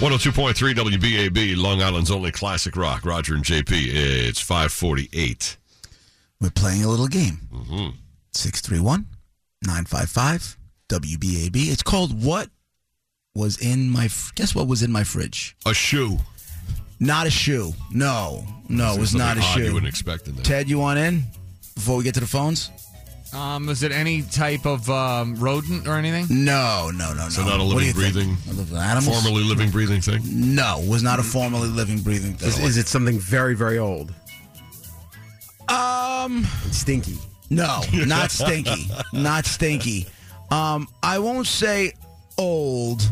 102.3 WBAB, Long Island's only classic rock. Roger and JP, it's 548. We're playing a little game. Mm-hmm. 631 955 WBAB. It's called What Was in My Fr- Guess What Was in My Fridge? A shoe. Not a shoe. No, no, it was Something not a odd You shoe. wouldn't expect in there. Ted, you want in before we get to the phones? Um, is it any type of um, rodent or anything? No, no, no, no. So not a What living, do you think? breathing, A little animal? formerly living, breathing thing? No, was not a formerly living, breathing thing. Is, is it something very, very old? um, It's stinky. No, not stinky. not stinky. Um, I won't say old.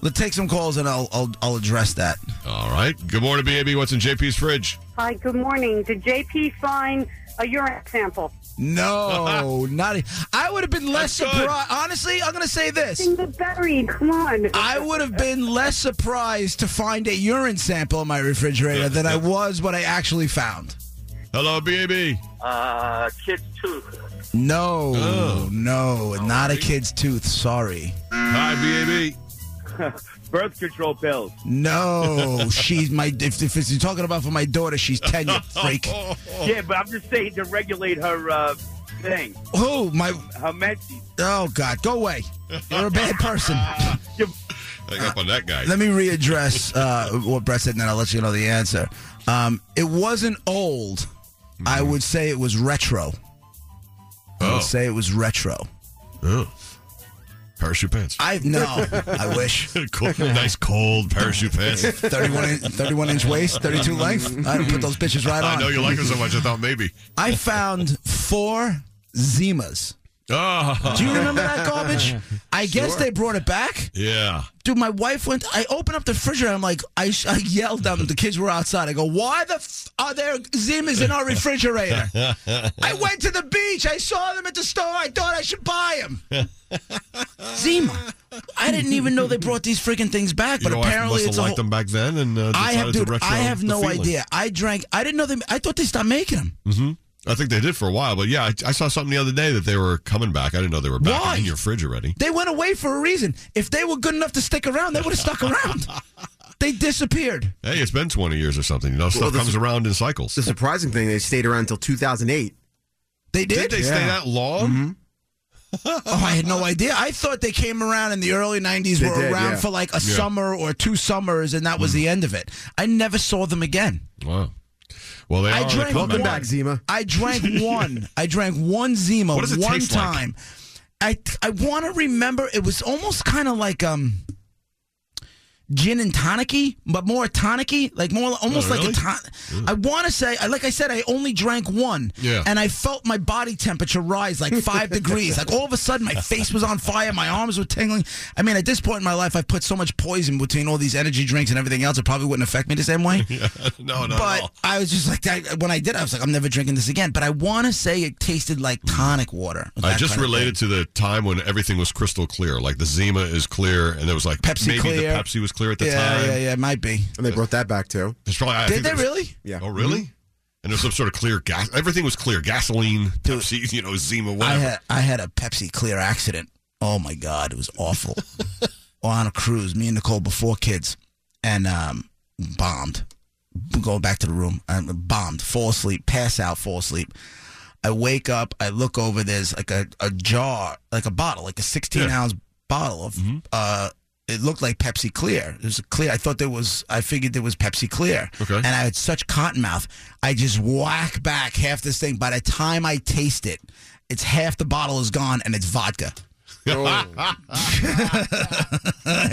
Let's take some calls and I'll I'll, I'll address that. All right. Good morning, BAB. What's in JP's fridge? Hi, good morning. Did JP find a urine sample? No, not. e, I would have been less That's good. surprised. Honestly, I'm going to say this. In the berry, come on. I would have been less surprised to find a urine sample in my refrigerator than I was what I actually found. Hello, BAB. Uh, kids too. No, Oh. no, not a kid's tooth. Sorry. Hi, BAB. Birth control pills. No, she's my. If, if it's, you're talking about for my daughter, she's ten. You freak. Yeah, but I'm just saying to regulate her uh, thing, Who my? her menses. Oh God, go away. You're a bad person. Hang up on that guy. Let me readdress uh, what Brett said, and then I'll let you know the answer. Um, it wasn't old. I would say it was retro. I Mm-hmm. Oh. would say it was retro. Oh. Parachute pants. I no. I wish. Cool. nice cold parachute pants. 31, in- 31 inch waist, 32 length. I put those bitches right on. I know you like them so much. I thought maybe. I found four Zimas. Oh, Do you remember that garbage? I guess they brought it back. yeah. Dude, my wife went. I opened up the refrigerator. I'm like, I, sh- I yelled at them. The kids were outside. I go, why the f- are there Zimas in our refrigerator? I went to the beach. I saw them at the store. I thought I should buy them. Zima. I didn't even know they brought these freaking things back, but Your wife apparently must have it's a liked whole- them back then and uh, I decided have, to dude. retro I have the no feeling. Mm. idea. I drank. I didn't know they. I thought they stopped making them. I think they did for a while, but yeah, I, I saw something the other day that they were coming back. I didn't know they were back Why? in your fridge already. They went away for a reason. If they were good enough to stick around, they would have stuck around. They disappeared. Hey, it's been 20 years or something. You know, stuff Well, this- comes around in cycles. The surprising thing, they stayed around until 2008. They did. did they stay that long? Mm-hmm. Oh, I had no idea. I thought they came around in the early 90s, They were did, around yeah. Mm-hmm. for like a summer or two summers, and that was the end of it. I never saw them again. Wow. Well, they I are on the drank comeback. Welcome one. back, Zima. I drank one. I drank one Zima What does it one taste like? time. I I want to remember. It was almost kind of like um gin and tonicky, but more tonicky, like more almost Oh, really? Mm. like a ton. I want to say, I- like I said, I only drank one, Yeah. and I felt my body temperature rise like five degrees. Like all of a sudden, my face was on fire, my arms were tingling. I mean, at this point in my life, I've put so much poison between all these energy drinks and everything else. It probably wouldn't affect me the same way. no, not at But all. I was just like, I, when I did, I was like, I'm never drinking this again. But I want to say it tasted like tonic water. I That just kind of related to the time when everything was crystal clear. Like the Zima is clear, and there was like Pepsi maybe clear. the Pepsi was clear at the thing. Yeah, time. yeah, yeah. It might be. And they brought that back, too. There's probably, I Did think they there was- really? Mm-hmm. Yeah. Mm-hmm. Oh, really? And there's some sort of clear gas. Everything was clear. Gasoline, Pepsi, you know, Zima, I whatever. had I had a Pepsi Clear accident. Oh my God, it was awful. On a cruise, me and Nicole before kids, and um, bombed. Go back to the room. I'm bombed. Fall asleep. Pass out. Fall asleep. I wake up. I look over. There's like a, a jar, like a bottle, like a 16 Yeah. Mm-hmm. ounce bottle of. Uh, it looked like Pepsi Clear. It was clear. I thought there was. I figured there was Pepsi Clear. Okay. And I had such cotton mouth. I just whack back half this thing. By the time I taste it, Oh, it's half the bottle is gone and it's vodka. it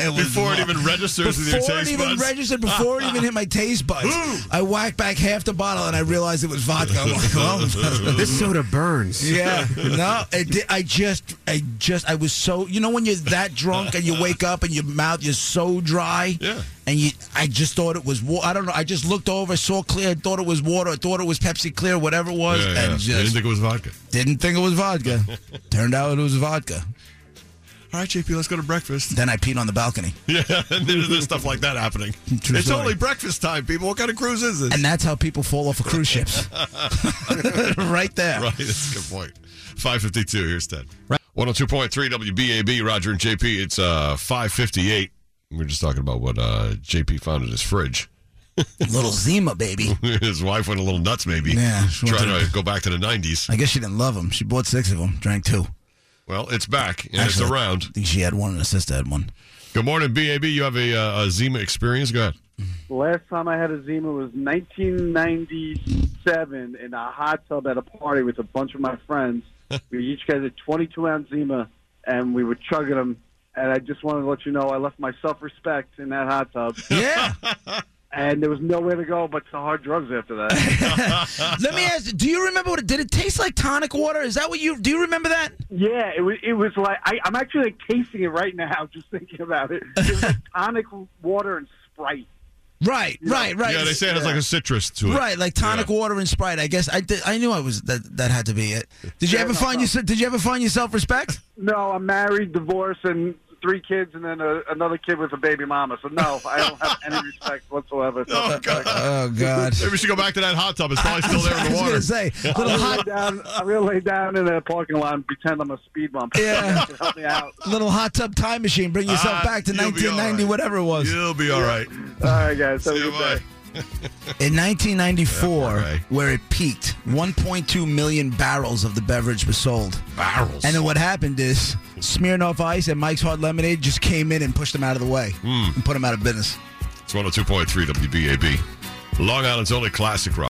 was Before it long. even registers with your Before it taste even buds. registered, before it even hit my taste buds, I whacked back half the bottle and I realized it was vodka. I'm like, oh. This soda burns. Yeah, no, it did, I just, I just, I was so, you know, when you're that drunk and you wake up and your mouth is so dry, Yeah. and you, I just thought it was, wa- I don't know, I just looked over, saw clear, thought it was water, thought it was Pepsi Clear, whatever it was, Yeah, yeah. and I didn't just think it was vodka. didn't think it was vodka. Turned out it was vodka. All right, JP, let's go to breakfast. Then I peed on the balcony, Yeah, and there's, there's stuff like that happening. True it's story. only breakfast time, people. What kind of cruise is this? and that's how people fall off of cruise ships, right there. Right, that's a good point. 552, here's Ted. 102.3 WBAB, Roger and JP. It's uh, 558. We We're just talking about what uh, JP found in his fridge. Little Zima baby. his wife went a little nuts, maybe. Yeah, she Trying wanted to go back to the 90s. I guess she didn't love them. She bought six of them, drank two. Well, it's back, and Actually, it's I around. think she had one, and her sister had one. Good morning, BAB. You have a, uh, a Zima experience? Go ahead. Last time I had a Zima was 1997 in a hot tub at a party with a bunch of my friends. we each got a 22 ounce Zima, and we were chugging them. And I just wanted to let you know I left my self respect in that hot tub, Yeah. and there was nowhere to go but to hard drugs after that. Let me ask: Do you remember what it did? It taste like tonic water. Is that what you do? You remember that? yeah, it was. It was like I, I'm actually like, tasting it right now, just thinking about it. It was like tonic water and Sprite. Right, right, right. Yeah, they say it has like a citrus to it. right, like tonic water and Sprite. I guess I did, I knew I was that that had to be it. Did you ever find your Did you ever find your self respect? No, I'm married, divorced, and three kids, and then a, another kid with a baby mama. So no, I don't have any respect whatsoever. Oh, God. Oh God. Maybe we should go back to that hot tub. It's probably still there I in the was water. gonna say little I'm gonna, lay hot down, I'm gonna lay down in a parking lot and pretend I'm a speed bump. Yeah. help me out. little hot tub time machine. Bring yourself Ah, back to you'll be all 1990, right. whatever it was. You'll be all right. All right, guys. Have See a you, good day. bye. In 1994, Yeah, right. where it peaked, 1.2 million barrels of the beverage was sold. Barrels. And then what happened is Smirnoff Ice and Mike's Hard Lemonade just came in and pushed them out of the way and put them out of business. oh It's 102.3 WBAB. Long Island's only classic rock.